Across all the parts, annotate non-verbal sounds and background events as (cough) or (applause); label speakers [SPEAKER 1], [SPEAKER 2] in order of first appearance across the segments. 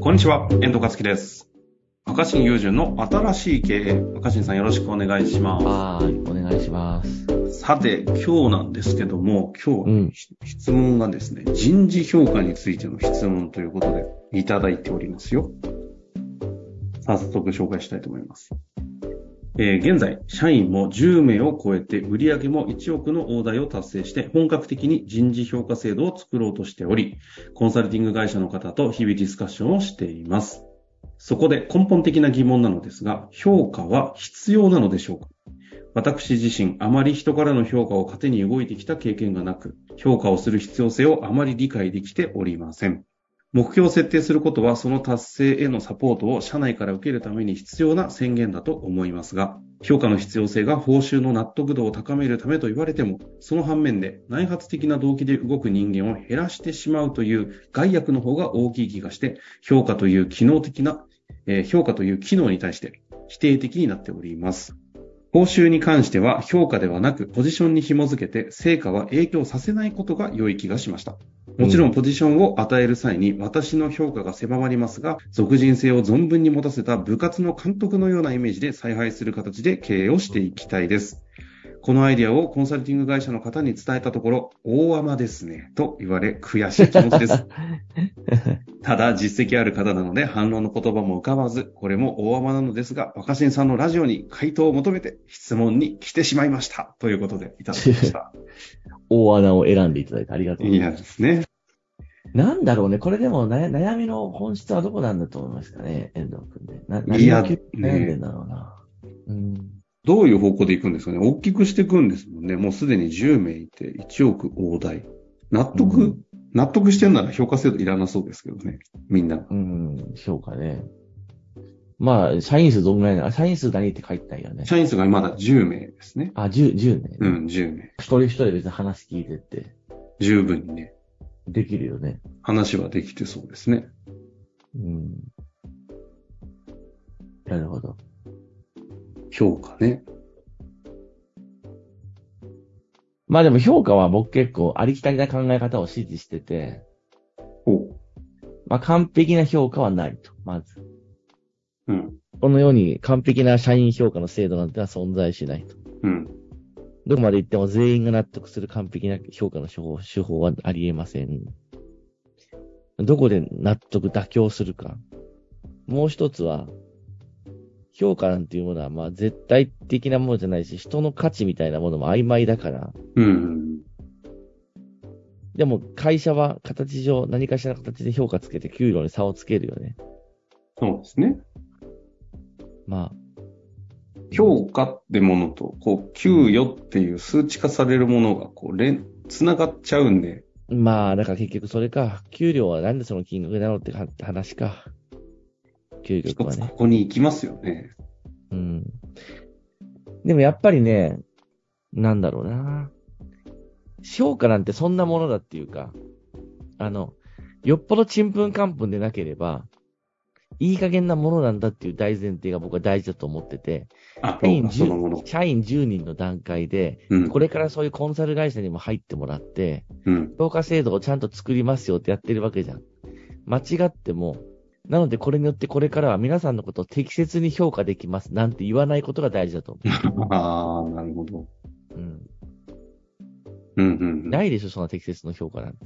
[SPEAKER 1] こんにちは、遠藤和樹です。若新雄純の新しい経営。若新さんよろしくお願いしま
[SPEAKER 2] はーい、お願いします。
[SPEAKER 1] す。さて、今日なんですけども、今日、
[SPEAKER 2] うん
[SPEAKER 1] 質問がですね、人事評価についての質問ということでいただいておりますよ。早速紹介したいと思います。えー現在、社員も10名を超えて、売上も1億の大台を達成して、本格的に人事評価制度を作ろうとしており、コンサルティング会社の方と日々ディスカッションをしています。そこで根本的な疑問なのですが、評価は必要なのでしょうか私自身、あまり人からの評価を糧に動いてきた経験がなく、評価をする必要性をあまり理解できておりません。目標を設定することは、その達成へのサポートを社内から受けるために必要な宣言だと思いますが、評価の必要性が報酬の納得度を高めるためと言われても、その反面で内発的な動機で動く人間を減らしてしまうという害悪の方が大きい気がして、評価という機能的な、えー評価という機能に対して否定的になっております。報酬に関しては評価ではなくポジションに紐づけて成果は影響させないことが良い気がしました。もちろんポジションを与える際に私の評価が狭まりますが、俗人性を存分に持たせた部活の監督のようなイメージで采配する形で経営をしていきたいです。このアイディアをコンサルティング会社の方に伝えたところ、大甘ですね、と言われ悔しい気持ち
[SPEAKER 2] (laughs)
[SPEAKER 1] です。ただ、実績ある方なので反論の言葉も浮かばず、これも大甘なのですが、若新さんのラジオに回答を求めて質問に来てしまいました。ということで、いただきました。
[SPEAKER 2] 大穴を選んでいただいてありが (laughs) とうご
[SPEAKER 1] い
[SPEAKER 2] ざい
[SPEAKER 1] や
[SPEAKER 2] ま
[SPEAKER 1] ですね。
[SPEAKER 2] す。なんだろうね、これでも悩悩みの本質はどこなんだと思いますかね、遠藤君ね。ない何
[SPEAKER 1] や
[SPEAKER 2] を結構悩んでんだろうな。うん。
[SPEAKER 1] どういう方向で行くんですかね大きくしていくんですもんね。もうすでに10名いて1億大台。納得、
[SPEAKER 2] うん
[SPEAKER 1] 納得してんなら評価制度いらなそうですけどね。みんな。
[SPEAKER 2] うん、そうかね。まあ、社員数どんぐらいなの社員数何って書いてないよね。
[SPEAKER 1] 社員数がまだ10名ですね。
[SPEAKER 2] あ、10、10ね。
[SPEAKER 1] うん、10名。
[SPEAKER 2] 一人一人別に話聞いてって、
[SPEAKER 1] 十分にね、
[SPEAKER 2] できるよね。
[SPEAKER 1] 話はできてそうですね。
[SPEAKER 2] うん。なるほど。
[SPEAKER 1] 評価ね。
[SPEAKER 2] まあでも評価は僕結構ありきたりな考え方を支持してて、
[SPEAKER 1] ほ
[SPEAKER 2] まあ、完璧な評価はないと、まず。
[SPEAKER 1] う。うん。
[SPEAKER 2] このように完璧な社員評価の制度なんてのは存在しないと。
[SPEAKER 1] うん。
[SPEAKER 2] どこまで行っても全員が納得する完璧な評価の手法手法はありえません。どこで納得妥協するか。もう一つは、評価なんていうものは、まあ、絶対的なものじゃないし、人の価値みたいなものも曖昧だから、
[SPEAKER 1] うん。
[SPEAKER 2] でも会社は形上何かしらの形で評価つけて給料に差をつけるよね。
[SPEAKER 1] そうですね。
[SPEAKER 2] まあ、
[SPEAKER 1] 評価ってものと、こう、給与っていう数値化されるものが、こう、連、繋がっちゃうんで、
[SPEAKER 2] まあ、だから結局それか。給料はなんでその金額なのってか話か。究
[SPEAKER 1] 一
[SPEAKER 2] 極は
[SPEAKER 1] つこ
[SPEAKER 2] ね。
[SPEAKER 1] こに行きますよね。
[SPEAKER 2] うん。でもやっぱりね、なんだろうな。評価なんてそんなものだっていうか、あの、よっぽどちんぷんかんぷんでなければ、いい加減なものなんだっていう大前提が僕は大事だと思ってて、
[SPEAKER 1] あ、
[SPEAKER 2] 社
[SPEAKER 1] 評
[SPEAKER 2] 員
[SPEAKER 1] 価そのもの
[SPEAKER 2] 10。社員10人の段階で、
[SPEAKER 1] うん。
[SPEAKER 2] これからそういうコンサル会社にも入ってもらって、
[SPEAKER 1] うん。
[SPEAKER 2] 評価制度をちゃんと作りますよってやってるわけじゃん。間違っても、なのでこれによってこれからは皆さんのことを適切に評価できますなんて言わないことが大事だと思
[SPEAKER 1] ああ、なるほど。
[SPEAKER 2] う。うん。
[SPEAKER 1] うんうん
[SPEAKER 2] ないでしょ、そんな適切な評価なんて。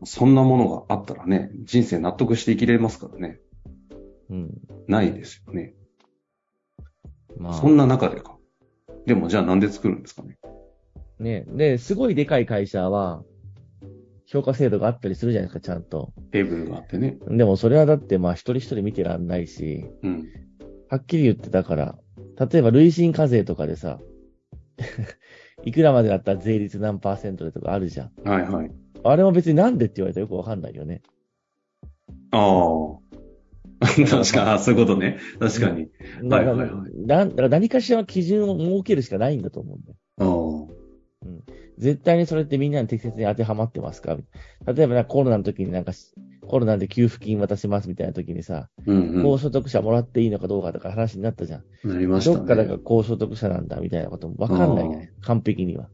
[SPEAKER 1] うん。そんなものがあったらね、人生納得して生きれますからね。
[SPEAKER 2] うん。
[SPEAKER 1] ないですよね。
[SPEAKER 2] ま
[SPEAKER 1] そんな中でか。でも、じゃあなんで作るんですかね。
[SPEAKER 2] あ、ね。で、すごいでかい会社は、評価制度があったりするじゃないですか、ちゃんと。
[SPEAKER 1] テーブルがあってね。
[SPEAKER 2] でもそれはだってまあ一人一人見てらんないし、
[SPEAKER 1] うん。
[SPEAKER 2] はっきり言ってだから、例えば累進課税とかでさ、 (laughs) いくらまでだったら税率何パーセントでとかあるじゃん。
[SPEAKER 1] はいはい。
[SPEAKER 2] あれも別になんでって言われたらよくわかんないよね。 (laughs)
[SPEAKER 1] ああ。確かに、あそういうことね。確かに。はいはいはい
[SPEAKER 2] なだから何かしらの基準を設けるしかないんだと思うんだよ。
[SPEAKER 1] ああ。
[SPEAKER 2] 絶対にそれってみんなに適切に当てはまってますかみたいな例えばなんかコロナの時になんかし、コロナで給付金渡しますみたいな時にさ、
[SPEAKER 1] うんうん。
[SPEAKER 2] 高所得者もらっていいのかどうかとか話になったじゃん。
[SPEAKER 1] なりました
[SPEAKER 2] ど
[SPEAKER 1] ね。
[SPEAKER 2] っからが高所得者なんだみたいなこともわかんないじゃない完璧には。っ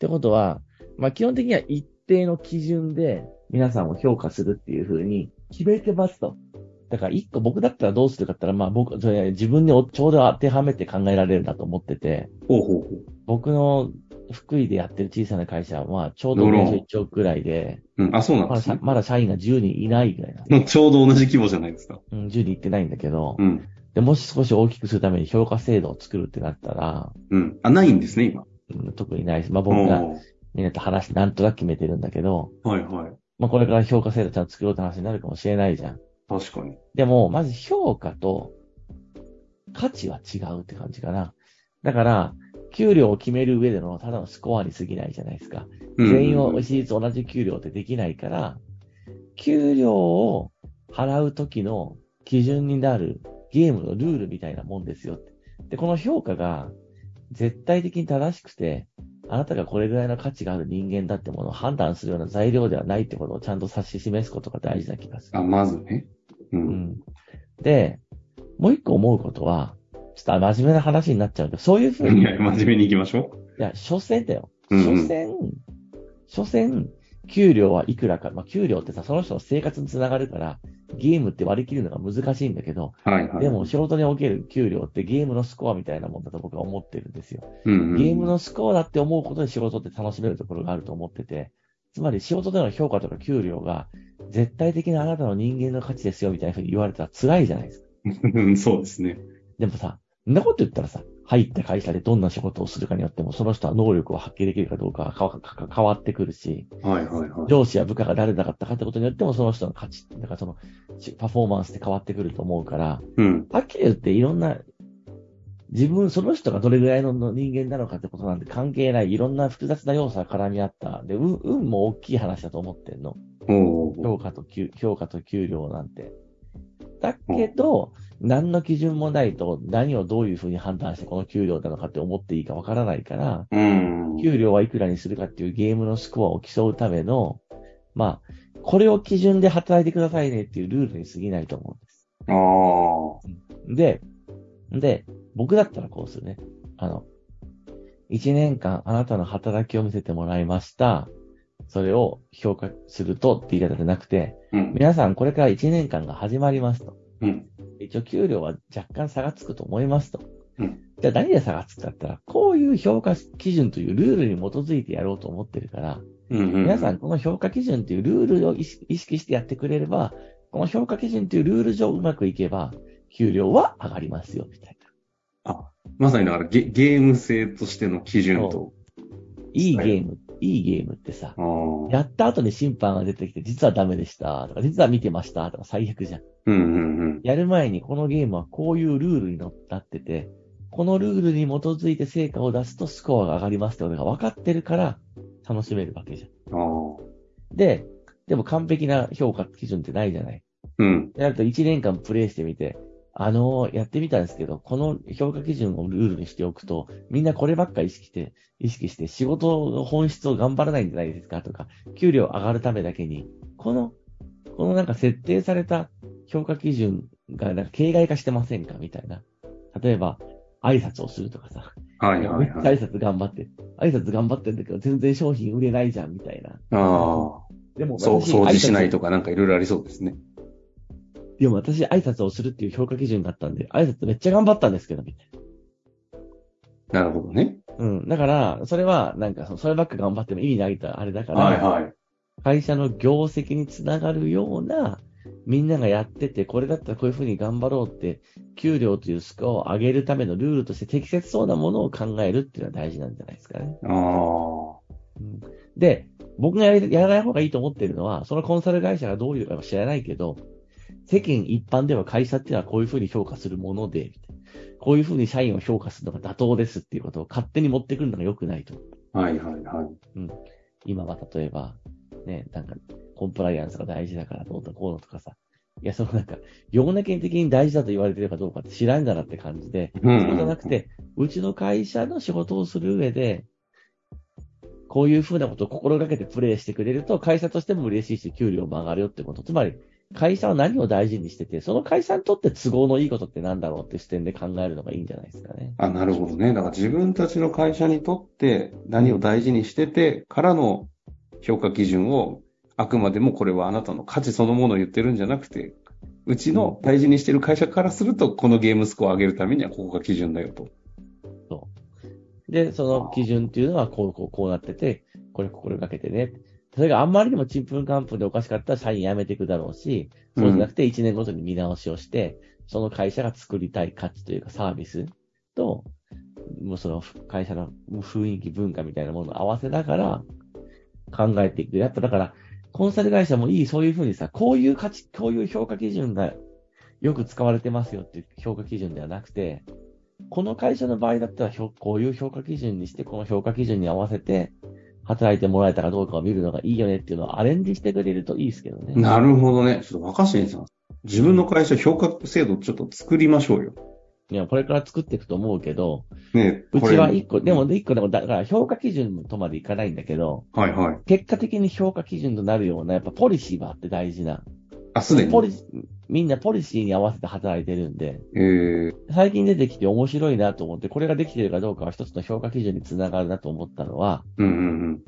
[SPEAKER 2] てことは、まあ基本的には一定の基準で皆さんを評価するっていう風に決めてますと。だから一個僕だったらどうするかって言ったら、まあ僕、それ自分におちょうど当てはめて考えられるなと思ってて、
[SPEAKER 1] ほうほうほう。
[SPEAKER 2] 僕の福井でやってる小さな会社はちょうど年1兆くらいで、
[SPEAKER 1] うん、あ、そうなんで
[SPEAKER 2] まだ
[SPEAKER 1] す
[SPEAKER 2] さ
[SPEAKER 1] ね。
[SPEAKER 2] まだ社員が10人いないぐらいなんで、
[SPEAKER 1] ちょうど同じ規模じゃないですか。
[SPEAKER 2] うん、10人いってないんだけど
[SPEAKER 1] う、ん。
[SPEAKER 2] で、もし少し大きくするために評価制度を作るってなったら、
[SPEAKER 1] うん。あ、ないんですね、今。
[SPEAKER 2] うん特にないし、まあ
[SPEAKER 1] お
[SPEAKER 2] 僕が
[SPEAKER 1] ー
[SPEAKER 2] みんなと話してなんとなく決めてるんだけど、
[SPEAKER 1] はいはい。
[SPEAKER 2] まあこれから評価制度ちゃんと作ろうって話になるかもしれないじゃん。
[SPEAKER 1] 確かに。
[SPEAKER 2] でも、まず評価と価値は違うって感じかな。だから、給料を決める上でのただのスコアに過ぎないじゃないですか。
[SPEAKER 1] うん
[SPEAKER 2] 全員を一律同じ給料ってできないから、給料を払う時の基準になるゲームのルールみたいなもんですよって。で、この評価が絶対的に正しくて、あなたがこれぐらいの価値がある人間だってものを判断するような材料ではないってことをちゃんと指し示すことが大事な気がする。
[SPEAKER 1] あ、まずね。う。
[SPEAKER 2] うんん。で、もう一個思うことは、ちょっと真面目な話になっちゃうけど、そういうふうに、
[SPEAKER 1] い
[SPEAKER 2] い
[SPEAKER 1] や、真面目に行きましょ
[SPEAKER 2] や、所詮だよ。
[SPEAKER 1] う。うんう
[SPEAKER 2] 所
[SPEAKER 1] ん。
[SPEAKER 2] 詮、所詮、給料はいくらか、まあ、給料ってさ、その人の生活につながるから、ゲームって割り切るのが難しいんだけど、
[SPEAKER 1] はいはい。
[SPEAKER 2] でも仕事における給料ってゲームのスコアみたいなもんだと僕は思ってるんですよ。
[SPEAKER 1] うんうん、
[SPEAKER 2] ゲームのスコアだって思うことで仕事って楽しめるところがあると思ってて、つまり仕事での評価とか給料が絶対的なあなたの人間の価値ですよみたいな風に言われたら辛いじゃないですか。
[SPEAKER 1] うんそうですね。
[SPEAKER 2] でもさ、そんなこと言ったらさ、入った会社でどんな仕事をするかによっても、その人は能力を発揮できるかどうかはかわか変わってくるし、
[SPEAKER 1] はいはいはい。
[SPEAKER 2] 上司や部下が誰だったかってことによっても、その人の価値、だからその、しパフォーマンスって変わってくると思うから、
[SPEAKER 1] うん。
[SPEAKER 2] はっきり言っていろんな、自分、その人がどれぐらいの人間なのかってことなんて関係ない、いろんな複雑な要素が絡み合った。で、運、運も大きい話だと思ってんの。
[SPEAKER 1] おー
[SPEAKER 2] 評価と給、評価と給料なんて。だけど、何の基準もないと、何をどういうふうに判断してこの給料なのかって思っていいかわからないから、
[SPEAKER 1] うん。
[SPEAKER 2] 給料はいくらにするかっていうゲームのスコアを競うための、まあ、これを基準で働いてくださいねっていうルールに過ぎないと思うんです。
[SPEAKER 1] ああ。
[SPEAKER 2] で、で、僕だったらこうするね。あの、1年間あなたの働きを見せてもらいました。それを評価するとって言い方じゃなくて、
[SPEAKER 1] うん。
[SPEAKER 2] 皆さん、これから1年間が始まりますと。
[SPEAKER 1] うん。
[SPEAKER 2] 一応、給料は若干差がつくと思いますと。
[SPEAKER 1] うん
[SPEAKER 2] じゃあ、何で差がつくかって言ったら、こういう評価基準というルールに基づいてやろうと思ってるから、
[SPEAKER 1] うん。
[SPEAKER 2] 皆さん、、この評価基準というルールを意識意識してやってくれれば、この評価基準というルール上うまくいけば、給料は上がりますよ、みたいな。
[SPEAKER 1] まさにだからゲゲーム性としての基準と。
[SPEAKER 2] いいゲーム、いいゲームってさ、
[SPEAKER 1] ああ。うん
[SPEAKER 2] やった後に審判が出てきて、実はダメでした、とか、実は見てました、とか、最悪じゃん。
[SPEAKER 1] うんうん。
[SPEAKER 2] やる前にこのゲームはこういうルールにのっなってて、このルールに基づいて成果を出すとスコアが上がりますってことが分かってるから楽しめるわけじゃ
[SPEAKER 1] ああ。
[SPEAKER 2] ん。で、でも完璧な評価基準ってないじゃない。
[SPEAKER 1] うん。
[SPEAKER 2] やると1年間プレイしてみて、あのーやってみたんですけど、この評価基準をルールにしておくと、みんなこればっか意識して、意識して仕事の本質を頑張らないんじゃないですかとか、給料上がるためだけに、この、このなんか設定された評価基準がなんか形骸化してませんかみたいな。例えば、挨拶をするとかさ、
[SPEAKER 1] はいは
[SPEAKER 2] め
[SPEAKER 1] い
[SPEAKER 2] っちゃ
[SPEAKER 1] はい。
[SPEAKER 2] 挨拶頑張って、挨拶頑張ってんだけど全然商品売れないじゃんみたいな。
[SPEAKER 1] ああ。
[SPEAKER 2] でも
[SPEAKER 1] そう、
[SPEAKER 2] 私
[SPEAKER 1] 掃除しない
[SPEAKER 2] 挨拶
[SPEAKER 1] とかなんかいろいろありそうですね。
[SPEAKER 2] でも私挨拶をするっていう評価基準があったんで、挨拶めっちゃ頑張ったんですけど、みたい
[SPEAKER 1] なるほどね。
[SPEAKER 2] な。うん。だから、それは、なんかその、そればっか頑張っても意味ないとあれだから、
[SPEAKER 1] はいはい。
[SPEAKER 2] 会社の業績につながるような、みんながやってて、これだったらこういうふうに頑張ろうって、給料というスコアを上げるためのルールとして適切そうなものを考えるっていうのは大事なんじゃないですかね。
[SPEAKER 1] ああ。
[SPEAKER 2] で、僕がやりやらない方がいいと思ってるのは、そのコンサル会社がどういうかは知らないけど、世間一般では会社っていうのはこういうふうに評価するもので、こういうふうに社員を評価するのが妥当ですっていうことを勝手に持ってくるのが良くないと。
[SPEAKER 1] はいはいはい。
[SPEAKER 2] 今は例えば、ね、なんか、コンプライアンスが大事だからどうだこうだとかさ。いや、そのなんか、世の中的に大事だと言われてるかどうかって知らんだなって感じで、
[SPEAKER 1] うん
[SPEAKER 2] そうじゃなくて、うちの会社の仕事をする上で、こういうふうなことを心がけてプレイしてくれると、会社としても嬉しいし、給料も上がるよってこと。つまり、会社は何を大事にしてて、その会社にとって都合のいいことってなんだろうって視点で考えるのがいいんじゃないですかね。
[SPEAKER 1] あ、なるほどね。だから自分たちの会社にとって何を大事にしててからの評価基準を、あくまでもこれはあなたの価値そのものを言ってるんじゃなくて、うちの大事にしてる会社からすると、このゲームスコアを上げるためにはここが基準だよと。
[SPEAKER 2] で、その基準っていうのは、こう、こう、こうなってて、これ心がけてね。それがあんまりにもちんぷんかんぷんでおかしかったら社員辞めていくだろうし、そうじゃなくて1年ごとに見直しをして、その会社が作りたい価値というかサービスと、もうその会社の雰囲気、文化みたいなものを合わせながら考えていく。やっぱだから、コンサル会社もいい、そういうふうにさ、こういう価値、こういう評価基準がよく使われてますよっていう評価基準ではなくて、この会社の場合だったらひょ、こういう評価基準にして、この評価基準に合わせて、働いてもらえたかどうかを見るのがいいよねっていうのをアレンジしてくれるといいですけどね。
[SPEAKER 1] なるほどね。ちょっと若新さん、自分の会社評価制度ちょっと作りましょうよ。
[SPEAKER 2] いや、これから作っていくと思うけど、
[SPEAKER 1] ね
[SPEAKER 2] うちは一個、
[SPEAKER 1] これ
[SPEAKER 2] でもね一個でも、だから評価基準とまでいかないんだけど、
[SPEAKER 1] はいはい。
[SPEAKER 2] 結果的に評価基準となるような、やっぱポリシーがあって大事な。
[SPEAKER 1] あ、すで
[SPEAKER 2] ポ
[SPEAKER 1] に。
[SPEAKER 2] リシみんなポリシーに合わせて働いてるんで、
[SPEAKER 1] えー、
[SPEAKER 2] 最近出てきて面白いなと思って、これができてるかどうかは一つの評価基準につながるなと思ったのは、
[SPEAKER 1] うんうんうん。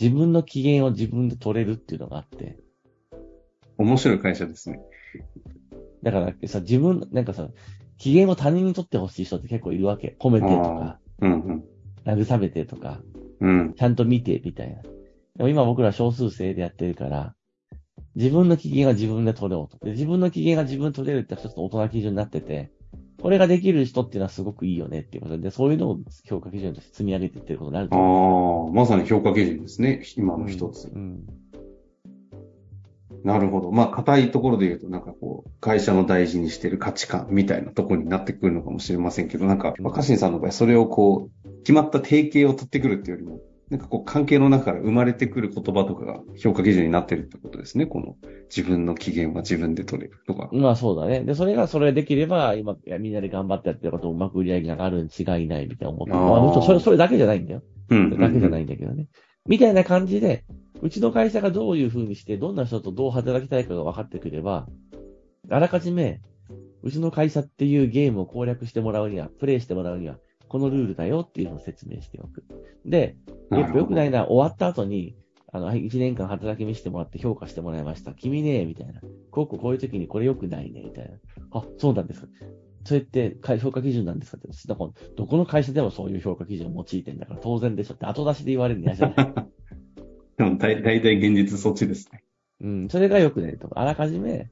[SPEAKER 2] 自分の機嫌を自分で取れるっていうのがあって、
[SPEAKER 1] 面白い会社ですね。
[SPEAKER 2] だからさ、自分、なんかさ、機嫌を他人に取ってほしい人って結構いるわけ。褒めてとか、
[SPEAKER 1] うん
[SPEAKER 2] 慰めてとか、
[SPEAKER 1] うん。うん。
[SPEAKER 2] ちゃんと見て、みたいな。でも今僕ら少数制でやってるから、自分の機嫌が自分で取れようと。で自分の機嫌が自分で取れるって一つの大人基準になってて、これができる人っていうのはすごくいいよねっていうことで、そういうのを評価基準として積み上げていってることになると
[SPEAKER 1] あ
[SPEAKER 2] 思う。
[SPEAKER 1] あ、まさに評価基準ですね。今の一つ。
[SPEAKER 2] うん。
[SPEAKER 1] なるほど。まあ、硬いところで言うと、なんかこう、会社の大事にしてる価値観みたいなところになってくるのかもしれませんけど、なんか、若新さんの場合、それをこう、決まった定型を取ってくるっていうよりも、なんかこう、関係の中から生まれてくる言葉とかが評価基準になってるってことですね。この、自分の機嫌は自分で取れるとか。
[SPEAKER 2] まあそうだね。で、それが、それできれば、今、いやみんなで頑張ってやってることをうまく売り上げが上がるに違いないみたいな思ってる。
[SPEAKER 1] あー
[SPEAKER 2] まあ、もちろんそれ、それだけじゃないんだよ。
[SPEAKER 1] うん、
[SPEAKER 2] それ
[SPEAKER 1] う。
[SPEAKER 2] だけじゃなんいんだけどね。みたいな感じで、うちの会社がどういう風にして、どんな人とどう働きたいかが分かってくれば、あらかじめ、うちの会社っていうゲームを攻略してもらうには、プレイしてもらうには、このルールだよっていうのを説明しておく。で、やっぱ良くないな、終わった後に、あの、1年間働き見せてもらって評価してもらいました。君ね、みたいな。こうこうこういう時にこれ良くないね、みたいな。あ、そうなんですか。それってか評価基準なんですかって。だからどこの会社でもそういう評価基準を用いてんだから当然でしょって後出しで言われるの嫌
[SPEAKER 1] (laughs)
[SPEAKER 2] じゃない。
[SPEAKER 1] でも大、大体現実そっちですね。
[SPEAKER 2] うん、それが良くないと。あらかじめ、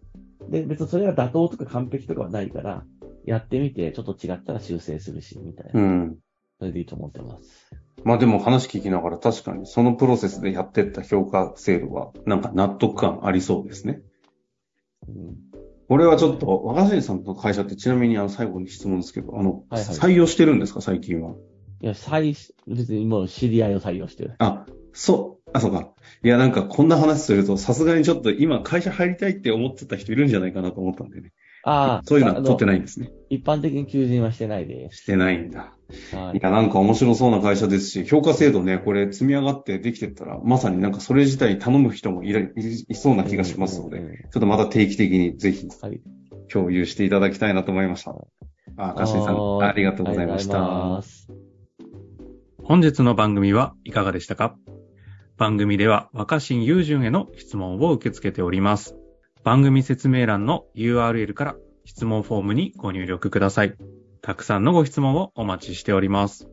[SPEAKER 2] で、別にそれが妥当とか完璧とかはないから、やってみて、ちょっと違ったら修正するし、みたいな。
[SPEAKER 1] うん。
[SPEAKER 2] それでいいと思ってます。
[SPEAKER 1] まあでも話聞きながら確かにそのプロセスでやってった評価制度はなんか納得感ありそうですね。
[SPEAKER 2] うん、
[SPEAKER 1] これはちょっと若新さんの会社ってちなみにあの最後に質問ですけど、あの、
[SPEAKER 2] はいはい
[SPEAKER 1] 採用してるんですか最近は。
[SPEAKER 2] いや、最、別にもう知り合いを採用してる。
[SPEAKER 1] あ、そう、あ、そうか。いやなんかこんな話するとさすがにちょっと今会社入りたいって思ってた人いるんじゃないかなと思ったんでね。
[SPEAKER 2] ああ、
[SPEAKER 1] そういうのは取って
[SPEAKER 2] い。
[SPEAKER 1] ないんですね。
[SPEAKER 2] 一般的に求人はしてないです。
[SPEAKER 1] してないんだ。
[SPEAKER 2] はいい。
[SPEAKER 1] や、なんか面白そうな会社ですし、評価制度ね、これ積み上がってできてったら、まさになんかそれ自体に頼む人もいらいいそうな気がしますので、
[SPEAKER 2] うんう
[SPEAKER 1] ち
[SPEAKER 2] んうん
[SPEAKER 1] ょっとまた定期的にぜひ
[SPEAKER 2] はい。
[SPEAKER 1] 共有していただきたいなと思いました。あ、かしさん、
[SPEAKER 2] は
[SPEAKER 1] ありがとうございまし
[SPEAKER 2] ありがとうござい
[SPEAKER 1] た
[SPEAKER 2] ま。す
[SPEAKER 1] 本日の番組はいかがでしたか番組では若新雄純への質問を受け付けております。番組説明欄の URL から質問フォームにご入力ください。たくさんのご質問をお待ちしております。